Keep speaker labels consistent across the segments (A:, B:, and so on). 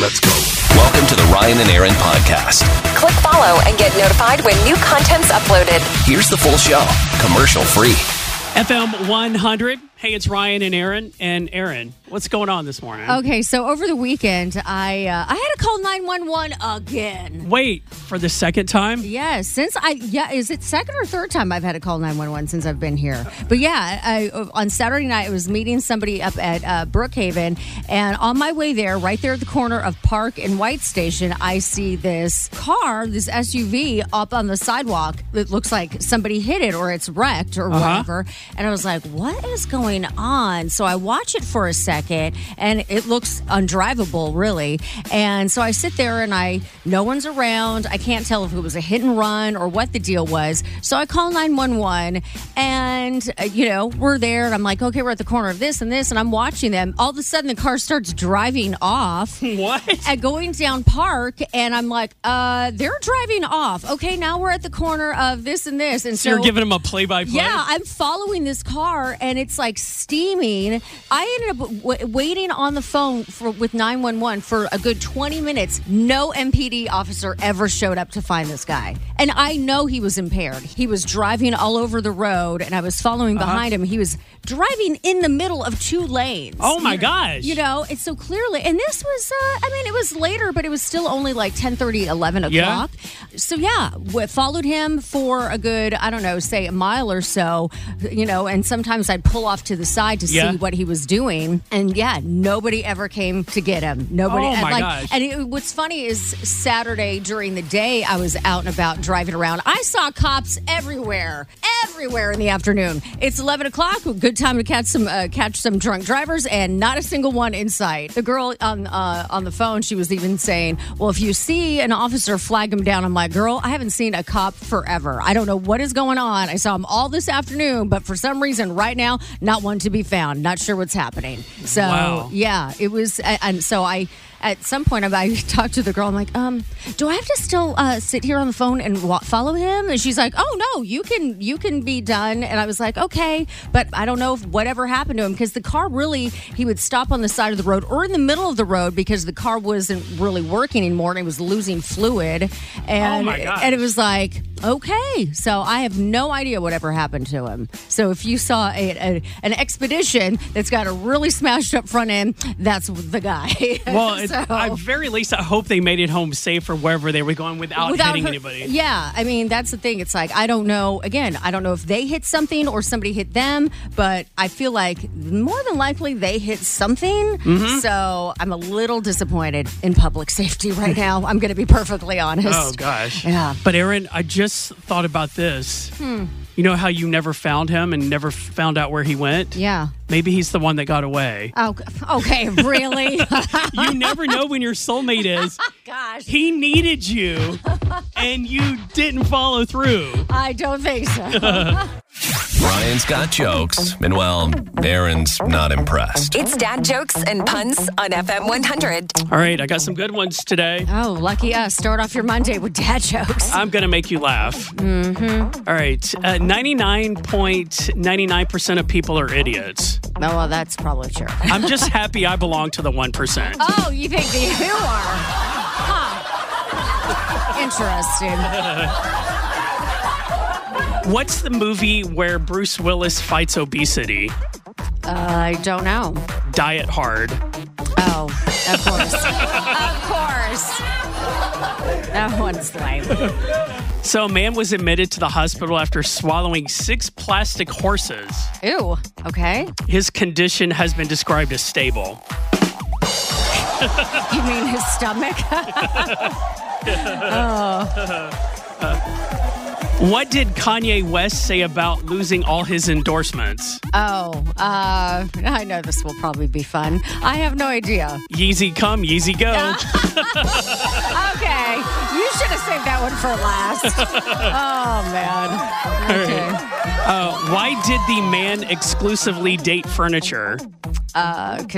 A: Let's go. Welcome to the Ryan and Aaron podcast.
B: Click follow and get notified when new content's uploaded.
A: Here's the full show, commercial free.
C: FM 100. Hey, it's Ryan and Aaron. And Aaron, what's going on this morning?
D: Okay, so over the weekend, I uh, I had to call 911 again.
C: Wait, for the second time?
D: Yes, since I yeah, is it second or third time I've had to call 911 since I've been here? But yeah, I, on Saturday night I was meeting somebody up at uh, Brookhaven, and on my way there, right there at the corner of Park and White Station, I see this car, this SUV, up on the sidewalk. It looks like somebody hit it or it's wrecked or uh-huh. whatever. And I was like, what is going on? So I watch it for a second and it looks undrivable, really. And so I sit there and I, no one's around. I can't tell if it was a hit and run or what the deal was. So I call 911 and, uh, you know, we're there and I'm like, okay, we're at the corner of this and this. And I'm watching them. All of a sudden, the car starts driving off.
C: What?
D: And going down park. And I'm like, uh, they're driving off. Okay, now we're at the corner of this and this. And so,
C: so you're giving them a play by play?
D: Yeah, I'm following this car and it's like steaming. I ended up w- waiting on the phone for, with 911 for a good 20 minutes. No MPD officer ever showed up to find this guy. And I know he was impaired. He was driving all over the road and I was following behind uh-huh. him. He was driving in the middle of two lanes.
C: Oh my gosh.
D: You know, it's so clearly. And this was, uh, I mean, it was later, but it was still only like 10 30, 11 o'clock. Yeah. So yeah, w- followed him for a good, I don't know, say a mile or so you know, and sometimes I'd pull off to the side to yeah. see what he was doing. And yeah, nobody ever came to get him. Nobody.
C: Oh
D: and
C: my like, gosh.
D: And it, what's funny is Saturday during the day, I was out and about driving around. I saw cops everywhere, everywhere in the afternoon. It's 11 o'clock. Good time to catch some uh, catch some drunk drivers, and not a single one in sight. The girl on uh, on the phone, she was even saying, "Well, if you see an officer, flag him down." I'm like, "Girl, I haven't seen a cop forever. I don't know what is going on. I saw him all this afternoon, but." for some reason right now not one to be found not sure what's happening so wow. yeah it was and so i at some point I talked to the girl. I'm like, um, do I have to still uh, sit here on the phone and wa- follow him? And she's like, oh no, you can you can be done. And I was like, okay, but I don't know if whatever happened to him because the car really he would stop on the side of the road or in the middle of the road because the car wasn't really working anymore and it was losing fluid. And
C: oh
D: and it was like, okay, so I have no idea whatever happened to him. So if you saw a, a, an expedition that's got a really smashed up front end, that's the guy.
C: Well. So. at very least, I hope they made it home safe or wherever they were going without, without hitting her, anybody.
D: Yeah, I mean that's the thing. It's like I don't know. Again, I don't know if they hit something or somebody hit them, but I feel like more than likely they hit something. Mm-hmm. So I'm a little disappointed in public safety right now. I'm going to be perfectly honest.
C: Oh gosh.
D: Yeah.
C: But Aaron, I just thought about this. Hmm. You know how you never found him and never found out where he went?
D: Yeah.
C: Maybe he's the one that got away.
D: Oh, okay. Really?
C: you never know when your soulmate is.
D: Gosh.
C: He needed you and you didn't follow through.
D: I don't think so.
A: Ryan's got jokes, and well, Aaron's not impressed.
B: It's dad jokes and puns on FM 100.
C: All right, I got some good ones today.
D: Oh, lucky us. Start off your Monday with dad jokes.
C: I'm going to make you laugh.
D: Mm-hmm.
C: All right, uh, 99.99% of people are idiots.
D: No, well, that's probably true.
C: I'm just happy I belong to the 1%.
D: Oh, you think that you are? Huh. Uh, Interesting.
C: What's the movie where Bruce Willis fights obesity?
D: Uh, I don't know.
C: Diet Hard.
D: Oh. Of course. of course. That one's lame.
C: So, a man was admitted to the hospital after swallowing six plastic horses.
D: Ew. Okay.
C: His condition has been described as stable.
D: You mean his stomach?
C: What did Kanye West say about losing all his endorsements?
D: oh, uh, I know this will probably be fun. I have no idea.
C: Yeezy come, Yeezy go.
D: Okay. You should have saved that one for last. oh, man. Okay.
C: Uh, why did the man exclusively date furniture?
D: Because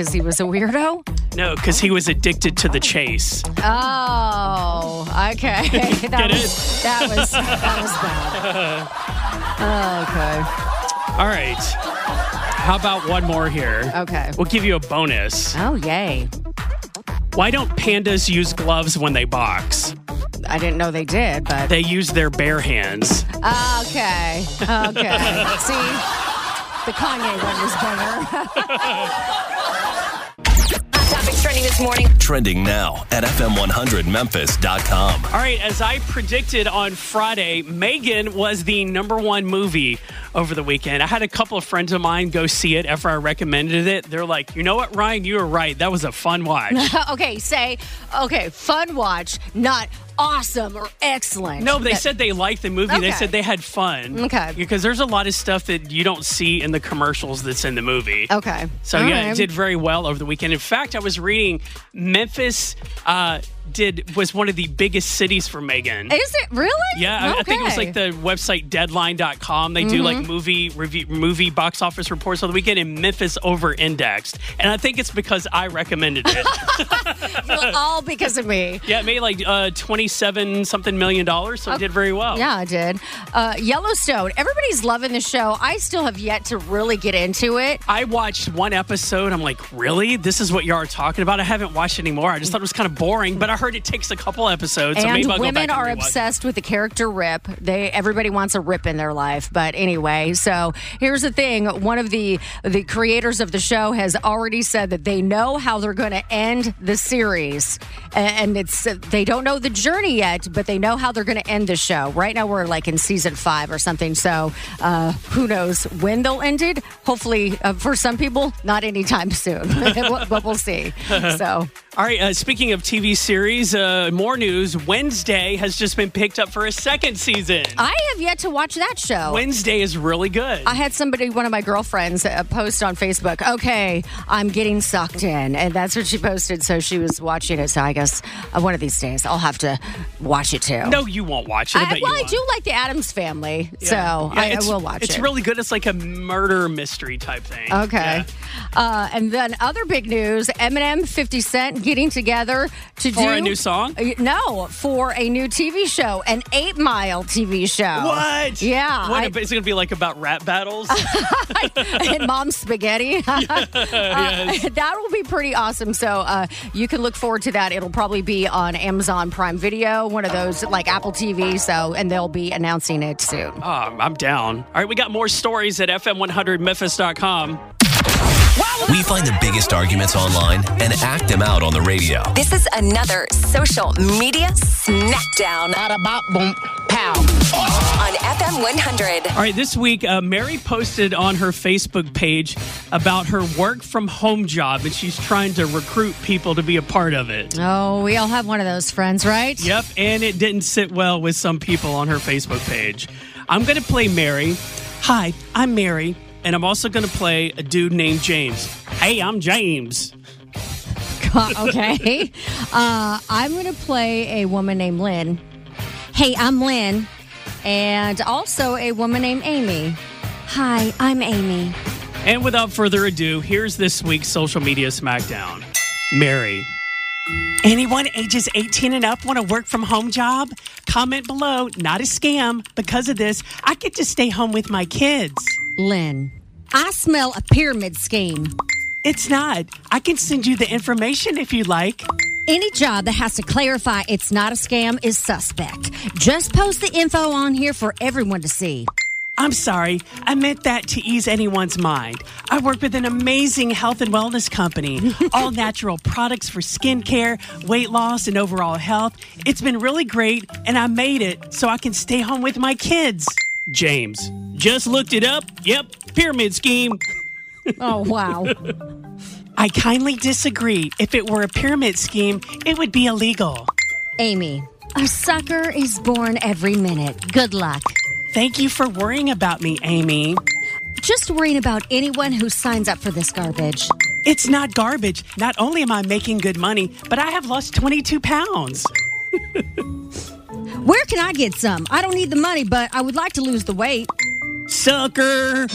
D: Uh, he was a weirdo?
C: No, because he was addicted to the chase.
D: Oh, okay. That
C: Get it?
D: was, that was that was bad. Oh,
C: All right. How about one more here?
D: Okay.
C: We'll give you a bonus.
D: okay. Oh, yay.
C: Why don't pandas use gloves when they box?
D: I didn't know they did, but
C: They use their bare hands.
D: okay. Okay. See, the Kanye one was better.
B: Hot topics trending this morning.
A: Trending now at FM100Memphis.com.
C: All right, as I predicted on Friday, Megan was the number one movie over the weekend. I had a couple of friends of mine go see it after I recommended it. They're like, you know what, Ryan, you were right. That was a fun watch.
D: okay, say, okay, fun watch, not awesome or excellent.
C: No, they said they liked the movie. They
D: Okay.
C: said they had fun.
D: Okay.
C: Because there's a lot of stuff that you don't see in the commercials that's in the movie.
D: Okay.
C: So,
D: All
C: yeah,
D: right.
C: it did very well over the weekend. In fact, I was reading Memphis uh, did was one of the biggest cities for Megan.
D: Is it really?
C: Yeah, I, I think it was
D: Okay. Mm-hmm.
C: like the website deadline.com. They do like movie review, movie box office reports on the weekend, and Memphis over indexed. And I think it's because I recommended it.
D: Well, all because of me.
C: yeah, it made like uh, 27 something million dollars, so it did very well.
D: Yeah, I did. Uh, Yellowstone. Everybody's loving the show. I still have yet to really get into it.
C: I watched one episode. I'm like, really? This is what y'all are talking about? I haven't watched any more. I just thought it was kind of boring, but I heard it takes a couple episodes. so
D: and
C: maybe I'll go
D: women
C: back and
D: are
C: rewatch.
D: obsessed with the character Rip. They everybody wants a Rip in their life, but anyway. So here's the thing: one of the the creators of the show has already said that they know how they're going to end the series, A- and it's they don't know the journey yet, but they know how they're going to end the show. Right now, we're like in season five or something. So uh, who knows when they'll end it? Hopefully, uh, for some people, not anytime soon, but but we'll see. So.
C: All right, uh, speaking of TV series, uh, more news. Wednesday has just been picked up for a second season.
D: I have yet to watch that show.
C: Wednesday is really good.
D: I had somebody, one of my girlfriends, uh, post on Facebook, okay, I'm getting sucked in. And that's what she posted. So she was watching it. So I guess uh, one of these days I'll have to watch it too.
C: no, you won't watch it. I
D: I,
C: bet
D: well,
C: you
D: I
C: won't.
D: do like the Adams family. So
C: Yeah,
D: I, I
C: it's-
D: will watch
C: It's
D: it.
C: really good. It's like a murder mystery type thing.
D: Okay. Uh, and then other big news Eminem, 50 Cent getting together to do.
C: For a new song?
D: Uh, No, for a new TV show, an 8 Mile TV show.
C: What?
D: Yeah.
C: What,
D: I-
C: it's going to be like about rap battles.
D: and mom's spaghetti. Uh, that will be pretty awesome. So uh, you can look forward to that. It'll probably be on Amazon Prime Video, one of those like Apple TV. So, and they'll be announcing it soon.
C: Um, I'm down. All right, we got more stories at fm100memphis.com.
A: We find the biggest arguments online and act them out on the radio.
B: This is another social media smackdown on FM 100.
C: All right, this week, uh, Mary posted on her Facebook page about her work from home job, and she's trying to recruit people to be a part of it.
D: Oh, we all have one of those friends, right?
C: Yep, and it didn't sit well with some people on her Facebook page. I'm going to play Mary. Hi, I'm Mary, and I'm also going to play a dude named James. Hey, I'm James.
D: okay. Uh, I'm going to play a woman named Lynn. Hey, I'm Lynn. And also a woman named Amy. Hi, I'm Amy.
C: And without further ado, here's this week's social media smackdown. Mary. Anyone ages 18 and up want a work from home job? Comment below, not a scam. Because of this, I get to stay home with my kids.
D: Lynn. I smell a pyramid scheme.
C: It's not. I can send you the information if you like.
D: Any job that has to clarify it's not a scam is suspect. Just post the info on here for everyone to see.
C: I'm sorry, I meant that to ease anyone's mind. I work with an amazing health and wellness company, all natural products for skincare, weight loss, and overall health. It's been really great, and I made it so I can stay home with my kids. James. Just looked it up. Yep, pyramid scheme.
D: Oh, wow.
C: I kindly disagree. If it were a pyramid scheme, it would be illegal.
D: Amy, a sucker is born every minute. Good luck.
C: Thank you for worrying about me, Amy.
D: Just worrying about anyone who signs up for this garbage.
C: It's not garbage. Not only am I making good money, but I have lost 22 pounds.
D: Where can I get some? I don't need the money, but I would like to lose the weight.
C: Sucker.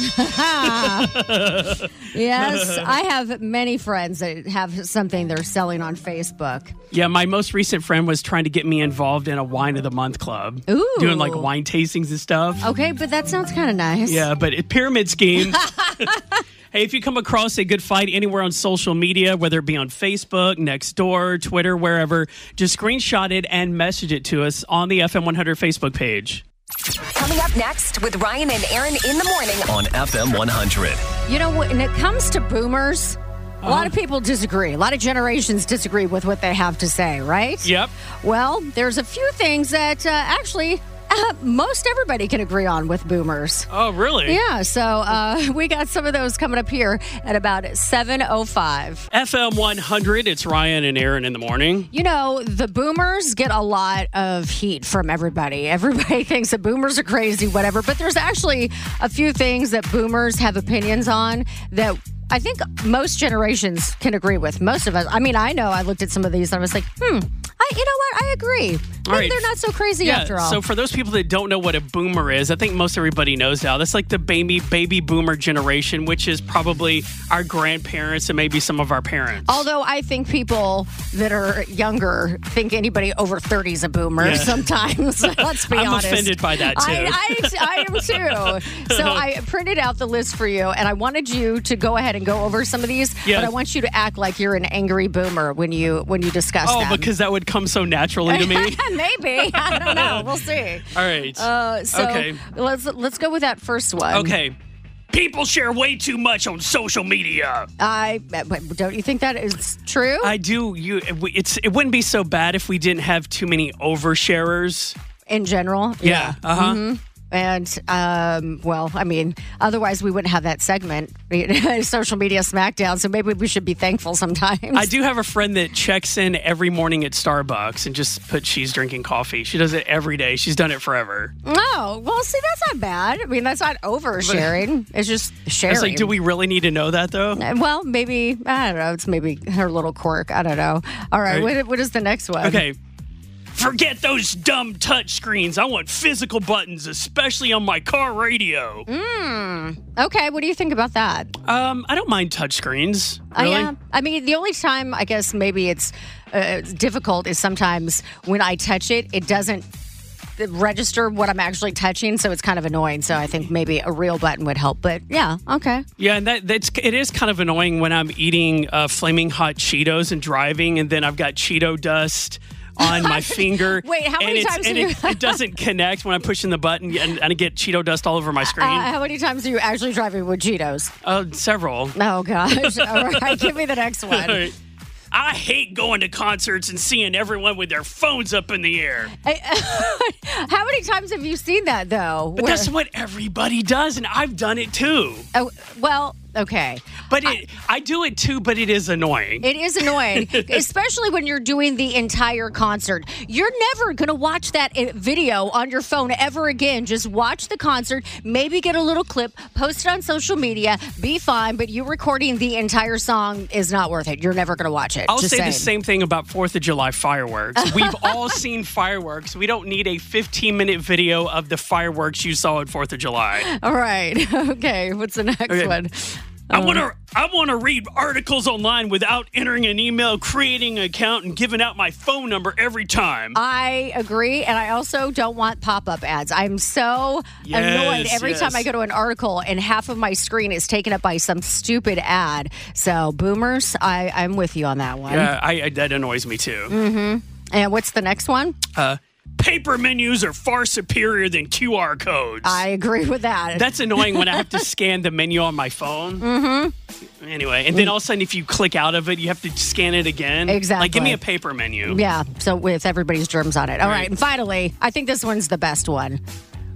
D: Yes, I have many friends that have something they're selling on Facebook.
C: Yeah, my most recent friend was trying to get me involved in a wine of the month club.
D: Ooh. Oh,
C: Doing like wine tastings and stuff.
D: Okay, but that sounds kind of nice.
C: Yeah, but it, pyramid scheme. hey, if you come across a good fight anywhere on social media, whether it be on Facebook, Nextdoor, Twitter, wherever, just screenshot it and message it to us on the FM100 Facebook page.
B: Coming up next with Ryan and Aaron in the morning.
A: on FM 100.
D: You know, when it comes to boomers, a lot of people disagree. A lot of generations disagree with what they have to say, right?
C: Yep.
D: Well, there's a few things that uh, actually uh, most everybody can agree on with boomers.
C: Oh, really?
D: Yeah, so uh, we got some of those coming up here at about 7.05.
C: FM 100, it's Ryan and Aaron in the morning.
D: You know, the boomers get a lot of heat from everybody. Everybody thinks that boomers are crazy, whatever. But there's actually a few things that boomers have opinions on that I think most generations can agree with. Most of us. I mean, I know I looked at some of these and I was like, hmm, I, you know what? I agree. Maybe
C: right.
D: they're not so crazy after all.
C: so for those people that don't know what a boomer is, I think most everybody knows now. That's like the baby baby boomer generation, which is probably our grandparents and maybe some of our parents.
D: Although I think people that are younger think anybody over 30 is a boomer
C: Yeah.
D: sometimes. Let's be
C: I'm
D: honest.
C: offended by that, too.
D: I, I, I am too. So I printed out the list for you, and I wanted you to go ahead and go over some of these.
C: Yeah.
D: But I want you to act like you're an angry boomer when you when you discuss
C: Oh,
D: them.
C: because that would come so naturally to me.
D: maybe I don't know. We'll see.
C: All right.
D: Uh, so
C: Okay.
D: let's let's go with that first one.
C: okay. People share way too much on social media.
D: I but don't you think that is true?
C: I do. You, it's it wouldn't be so bad if we didn't have too many oversharers.
D: in general,
C: Yeah. Uh huh.
D: Mm-hmm. And um, well, I mean, otherwise we wouldn't have that segment, social media smackdown. So maybe we should be thankful sometimes.
C: I do have a friend that checks in every morning at Starbucks and just puts she's drinking coffee. She does it every day. She's done it forever.
D: Oh well, see, that's not bad. I mean, that's not oversharing. It's just sharing.
C: It's like, do we really need to know that though?
D: Well, maybe I don't know. It's maybe her little quirk. I don't know. All right,
C: Right.
D: What, what is the next one?
C: Okay. Forget those dumb touch screens. I want physical buttons, especially on my car radio.
D: Mm. okay. What do you think about that?
C: Um, I don't mind touch screens.
D: I
C: Really?
D: am. I mean, the only time I guess maybe it's uh, difficult is sometimes when I touch it, it doesn't register what I'm actually touching, so it's kind of annoying. So I think maybe a real button would help. But yeah, okay. Uh,
C: Yeah, and that, that's it is kind of annoying when I'm eating uh, flaming hot Cheetos and driving, and then I've got Cheeto dust on my finger.
D: Wait, how many
C: and it's-
D: times
C: And
D: have
C: it,
D: you-
C: it doesn't connect when I'm pushing the button, and, and I get Cheeto dust all over my screen.
D: Uh, how many times are you actually driving with Cheetos?
C: Uh, several.
D: Oh gosh! All right, give me the next one.
C: All right. I hate going to concerts and seeing everyone with their phones up in the air.
D: How many times have you seen that though?
C: But
D: Where-
C: that's what everybody does, and I've done it too.
D: oh, well, okay.
C: But it, I, do it too, but it is annoying.
D: It is annoying, especially when you're doing the entire concert. You're never going to watch that i- video on your phone ever again. Just watch the concert, maybe get a little clip, post it on social media, be fine, but you recording the entire song is not worth it. You're never going to watch it.
C: I'll
D: Just
C: say
D: saying.
C: the same thing about Fourth of July fireworks. We've all seen fireworks. We don't need a 15 minute video of the fireworks you saw at Fourth of July.
D: All right. Okay. What's the next
C: Okay.
D: one? Oh.
C: I want to. I want to read articles online without entering an email, creating an account, and giving out my phone number every time.
D: Um, I agree, and I also don't want pop-up ads. I'm so
C: Yes,
D: annoyed every
C: yes.
D: time I go to an article and half of my screen is taken up by some stupid ad. So, boomers, I, I'm with you on that one. Mm.
C: yeah, I, I, that annoys me too.
D: And what's the next one?
C: Uh, paper menus are far superior than QR codes.
D: I agree with that.
C: That's annoying when I have to scan the menu on my phone. Mm-hmm. Anyway, and then all of a sudden, if you click out of it, you have to scan it again.
D: Exactly.
C: Like, give me a paper menu.
D: Yeah, so with everybody's germs on it. All right. and finally, I think this one's the best one.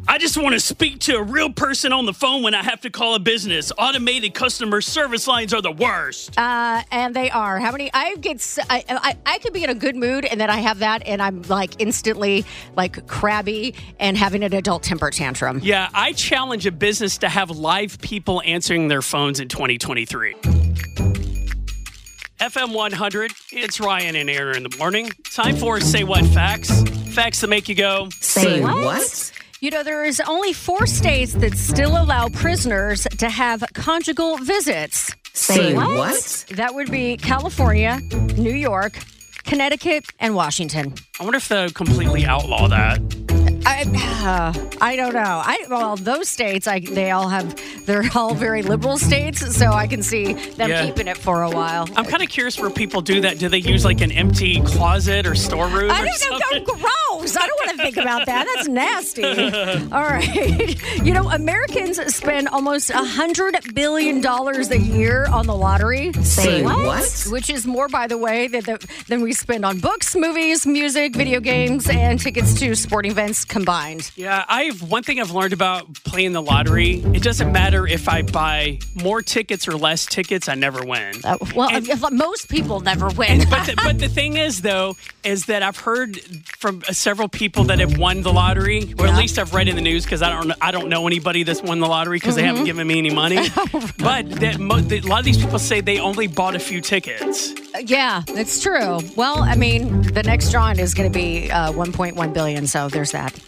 C: I just want to speak to a real person on the phone when I have to call a business. Automated customer service lines are the worst.
D: Uh, and they are. How many? I get. s- I, I I could be in a good mood, and then I have that, and I'm like instantly like crabby and having an adult temper tantrum.
C: Yeah, I challenge a business to have live people answering their phones in 2023. FM 100, it's Ryan and Aaron in the morning. Time for Say What Facts. Facts that make you go.
D: You know, there is only four states that still allow prisoners to have conjugal visits.
E: Say what? what?
D: That would be California, New York, Connecticut, and Washington.
C: I wonder if they'll completely outlaw that.
D: I, uh, I don't know. I well, those states, I they all have they're all very liberal states, so I can see them
C: Yeah.
D: keeping it for a while.
C: I'm kind of curious where people do that. Do they use like an empty closet or storeroom?
D: I
C: or
D: don't know.
C: something?
D: Go gross. I don't want to think about that. That's nasty. All right. You know, Americans spend almost a hundred billion dollars a year on the lottery.
E: Say what? what?
D: Which is more, by the way, than, than- than we spend on books, movies, music, video games, and tickets to sporting events combined.
C: Yeah, I've one thing I've learned about playing the lottery. It doesn't matter if I buy more tickets or less tickets. I never win.
D: Uh, Well, if- most people never win.
C: but, the, but the thing is, though, is that I've heard from several people that have won the lottery, or at least I've read in the news because I don't I don't know anybody that's won the lottery because they
D: Mm-hmm.
C: haven't given me any money.
D: Oh,
C: but that mo- that a lot of these people say they only bought a few tickets.
D: Yeah, that's true. Well, I mean, the next drawing is going to be uh, 1.1 billion, so there's that.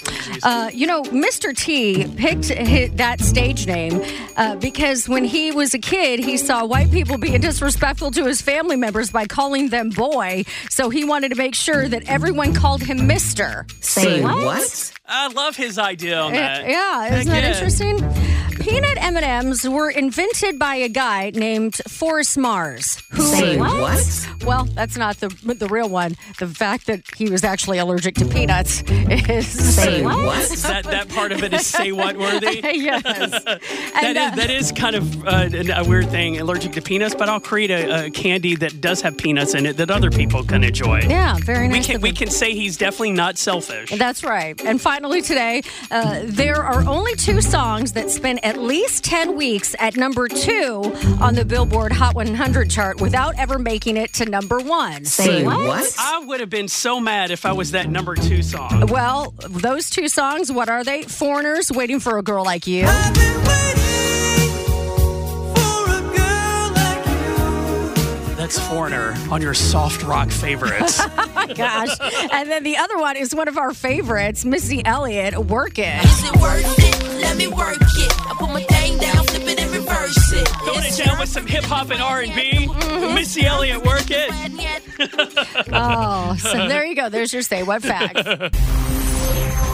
D: Uh, you know, Mr. T picked hi that stage name uh, because when he was a kid, he saw white people being disrespectful to his family members by calling them boy. So he wanted to make sure that everyone called him Mister.
E: Say what?
C: I love his idea on that.
D: Eh, Yeah, isn't
C: Heck
D: that
C: yeah.
D: interesting? Peanut M and M's were invented by a guy named Forrest Mars. Who?
E: Say what?
D: Well, that's not the the real one. The fact that he was actually allergic to peanuts is. Say
C: that, that part of it is say what worthy.
D: yes.
C: That is
D: And, uh,
C: that is kind of uh, a weird thing, allergic to peanuts. But I'll create a, a candy that does have peanuts in it that other people can enjoy.
D: Yeah, very
C: We
D: nice.
C: can we can say he's definitely not selfish.
D: That's right. And finally, today, uh, there are only two songs that spent at least 10 weeks at number two on the Billboard Hot 100 chart without ever making it to number one.
E: Say what?
C: I would have been so mad if I was that number two song.
D: Well, those two songs, what are they? Foreigners, Waiting for a Girl Like You. Oh
C: Oh, That's Foreigner on your soft rock favorites.
D: My gosh. and then the other one is one of our favorites, Missy Elliott, Work It.
F: Is it worth it? Let me work it. I put my thing down, flip it and reverse it.
C: Throwing it down with some hip hop and R and B. Missy Elliott, work it.
D: Oh, so there you go. There's your Say What fact.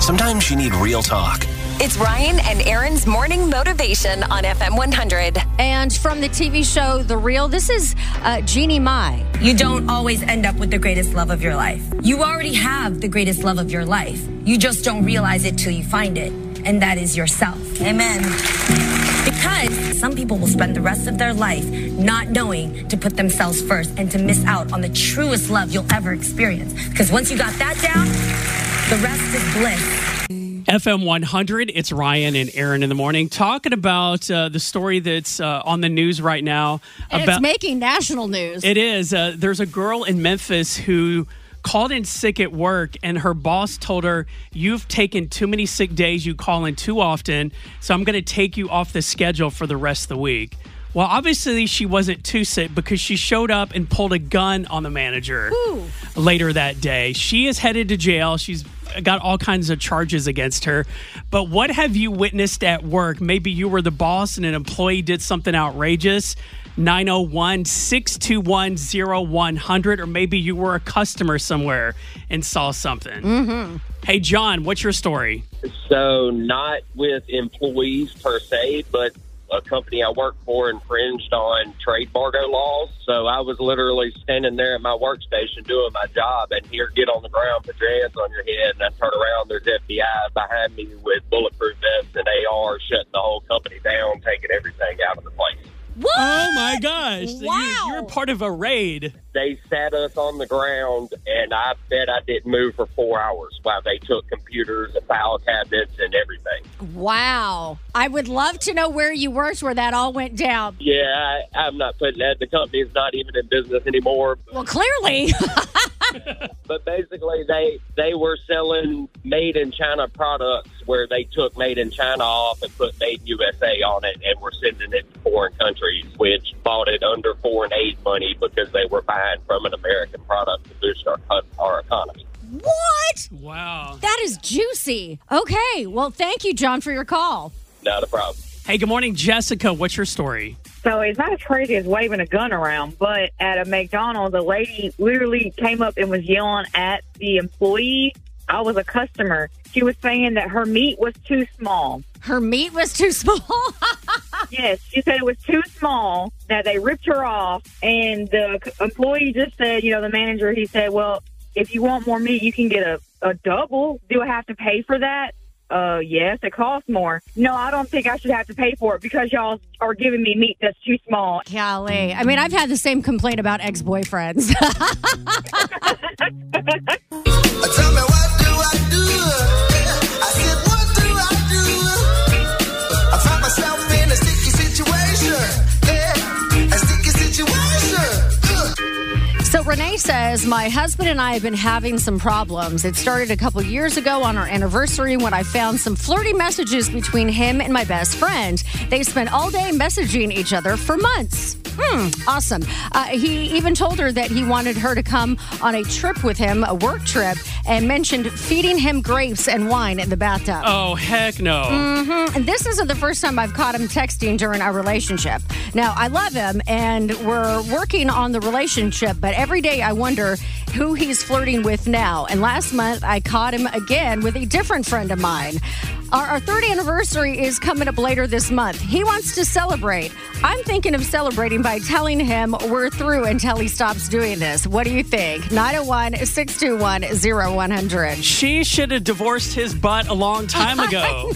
A: Sometimes you need real talk.
B: It's Ryan and Aaron's morning motivation on FM 100.
D: And from the TV show The Real, this is uh, Jeannie Mai.
G: You don't always end up with the greatest love of your life. You already have the greatest love of your life. You just don't realize it till you find it, and that is yourself. Amen. Because some people will spend the rest of their life not knowing to put themselves first and to miss out on the truest love you'll ever experience. Because once you got that down, the rest is bliss.
C: FM 100, it's Ryan and Aaron in the morning talking about uh, the story that's uh, on the news right now.
D: And
C: about
D: it's making national news.
C: It is. Uh, there's a girl in Memphis who called in sick at work, and her boss told her, You've taken too many sick days. You call in too often. So I'm going to take you off the schedule for the rest of the week. Well, obviously, she wasn't too sick because she showed up and pulled a gun on the manager later that day. She is headed to jail. She's got all kinds of charges against her. But what have you witnessed at work? Maybe you were the boss and an employee did something outrageous. 901 621 0100, or maybe you were a customer somewhere and saw something.
H: Mm-hmm.
C: Hey, John, what's your story?
H: So, not with employees per se, but a company I worked for infringed on trade embargo laws. So I was literally standing there at my workstation doing my job, and here, get on the ground, put your hands on your head. And I turn around, there's FBI behind me with bulletproof vests and AR, shutting the whole company down, taking everything out of the place.
D: What?
C: Oh my gosh! Wow. You, are part of a raid.
H: They sat us on the ground, and I bet I didn't move for four hours while they took computers and file cabinets and everything.
D: Wow. I would love to know where you worked where that all went down.
H: Yeah, I, I'm not putting that. The company's not even in business anymore.
D: Well, clearly.
H: But basically, they they were selling made in China products where they took made in China off and put made in USA on it, and were sending it to foreign countries, which bought it under foreign aid money because they were buying from an American product to boost our co- our economy.
D: what?
C: Wow.
D: That is juicy. Okay. Well, thank you, John, for your call.
H: Not a problem.
C: Hey, good morning, Jessica. What's your story?
I: So it's not as crazy as waving a gun around, but at a McDonald's, a lady literally came up and was yelling at the employee. I was a customer. She was saying that her meat was too small.
D: Her meat was too small?
I: yes, she said it was too small, that they ripped her off. And the c- employee just said, you know, the manager, he said, well, if you want more meat, you can get a, a double. Do I have to pay for that? Uh, yes, it costs more. No, I don't think I should have to pay for it because y'all are giving me meat that's too small.
D: Golly. I mean, I've had the same complaint about ex boyfriends.
J: Tell me what do I do? I said, what do I do? I find myself in a sticky situation. Yeah, a sticky situation. Ugh.
D: So Renee says, My husband and I have been having some problems. It started a couple years ago on our anniversary when I found some flirty messages between him and my best friend. They spent all day messaging each other for months. Hmm, awesome. Uh, he even told her that he wanted her to come on a trip with him, a work trip, and mentioned feeding him grapes and wine in the bathtub.
C: Oh heck no!
D: Mm-hmm. And this isn't the first time I've caught him texting during our relationship. Now, I love him and we're working on the relationship, but every day I wonder who he's flirting with now. And last month I caught him again with a different friend of mine. Our, our third anniversary is coming up later this month. He wants to celebrate. I'm thinking of celebrating by telling him we're through until he stops doing this. What do you think? 901 621 0100.
C: She should have divorced his butt a long time ago.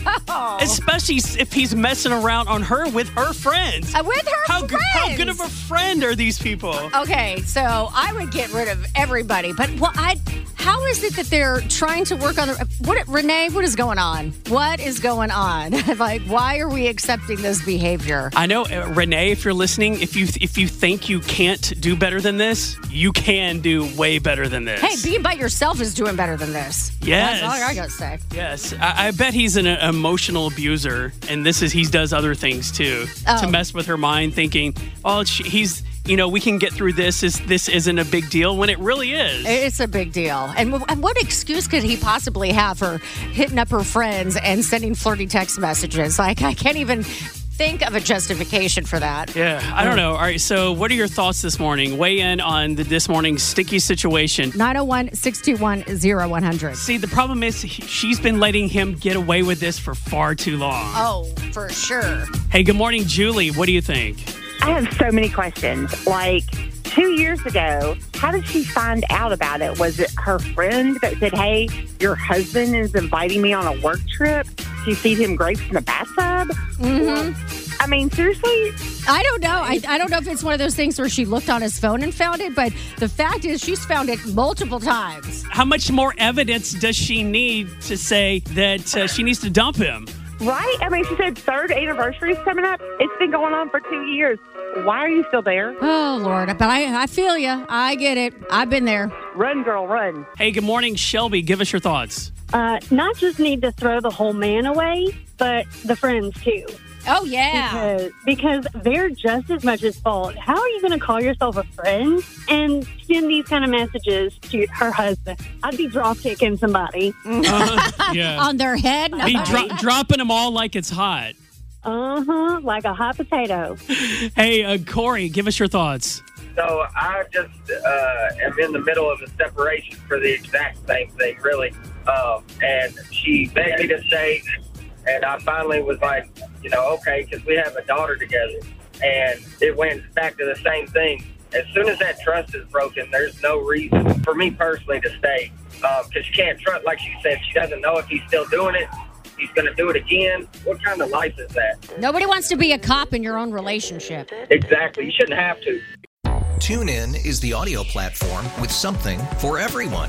C: Especially if he's messing around on her with her friends.
D: Uh, with her
C: how, g- How good of
D: friends.
C: a friend are these people?
D: Okay, so I would get rid of everybody, but well, I. How is it that they're trying to work on the what, Renee? What is going on? What is going on? like, why are we accepting this behavior?
C: I know, uh, Renee. If you're listening, if you if you think you can't do better than this, you can do way better than this.
D: Hey, being by yourself is doing better than this.
C: Yes.
D: that's all I gotta say.
C: Yes, I, I bet he's an uh, emotional abuser, and this is he does other things too to
D: Oh.
C: mess with her mind, thinking, "Oh, she, he's you know we can get through this. This, this isn't a big deal when it really is."
D: It's a big deal. And, w- and what excuse could he possibly have for hitting up her friends and sending flirty text messages? Like, I can't even think of a justification for that.
C: Yeah, I don't know. All right, so what are your thoughts this morning? Weigh in on the, this morning's sticky situation.
D: 901 621 0100.
C: See, the problem is he- she's been letting him get away with this for far too long.
D: Oh, for sure.
C: Hey, good morning, Julie. What do you think?
K: I have so many questions. Like two years ago, how did she find out about it? Was it her friend that said, Hey, your husband is inviting me on a work trip? She feed him grapes in the bathtub? Mm-hmm. I mean, seriously?
D: I don't know. I, I don't know if it's one of those things where she looked on his phone and found it, but the fact is she's found it multiple times.
C: How much more evidence does she need to say that uh, she needs to dump him?
K: Right? I mean, she said third anniversary is coming up. It's been going on for two years. Why are you still there?
D: Oh, Lord. But I, I feel you. I get it. I've been there.
K: Run, girl, run.
C: Hey, good morning, Shelby. Give us your thoughts.
L: Uh, not just need to throw the whole man away, but the friends too.
D: Oh, yeah.
L: Because, because they're just as much at fault. How are you going to call yourself a friend and send these kind of messages to her husband? I'd be drop kicking somebody.
C: yeah.
D: on their head. No.
C: Be dro- dropping them all like it's hot.
L: Uh huh. Like a hot potato.
C: Hey, uh, Corey, give us your thoughts.
M: So I just uh, am in the middle of a separation for the exact same thing, really. Um, and she begged me to stay. and I finally was like, you know, okay, because we have a daughter together, and it went back to the same thing. As soon as that trust is broken, there's no reason for me personally to stay because she can't trust. Like she said, she doesn't know if he's still doing it. He's going to do it again. What kind of life is that?
D: Nobody wants to be a cop in your own relationship.
M: Exactly. You shouldn't have to.
N: TuneIn is the audio platform with something for everyone.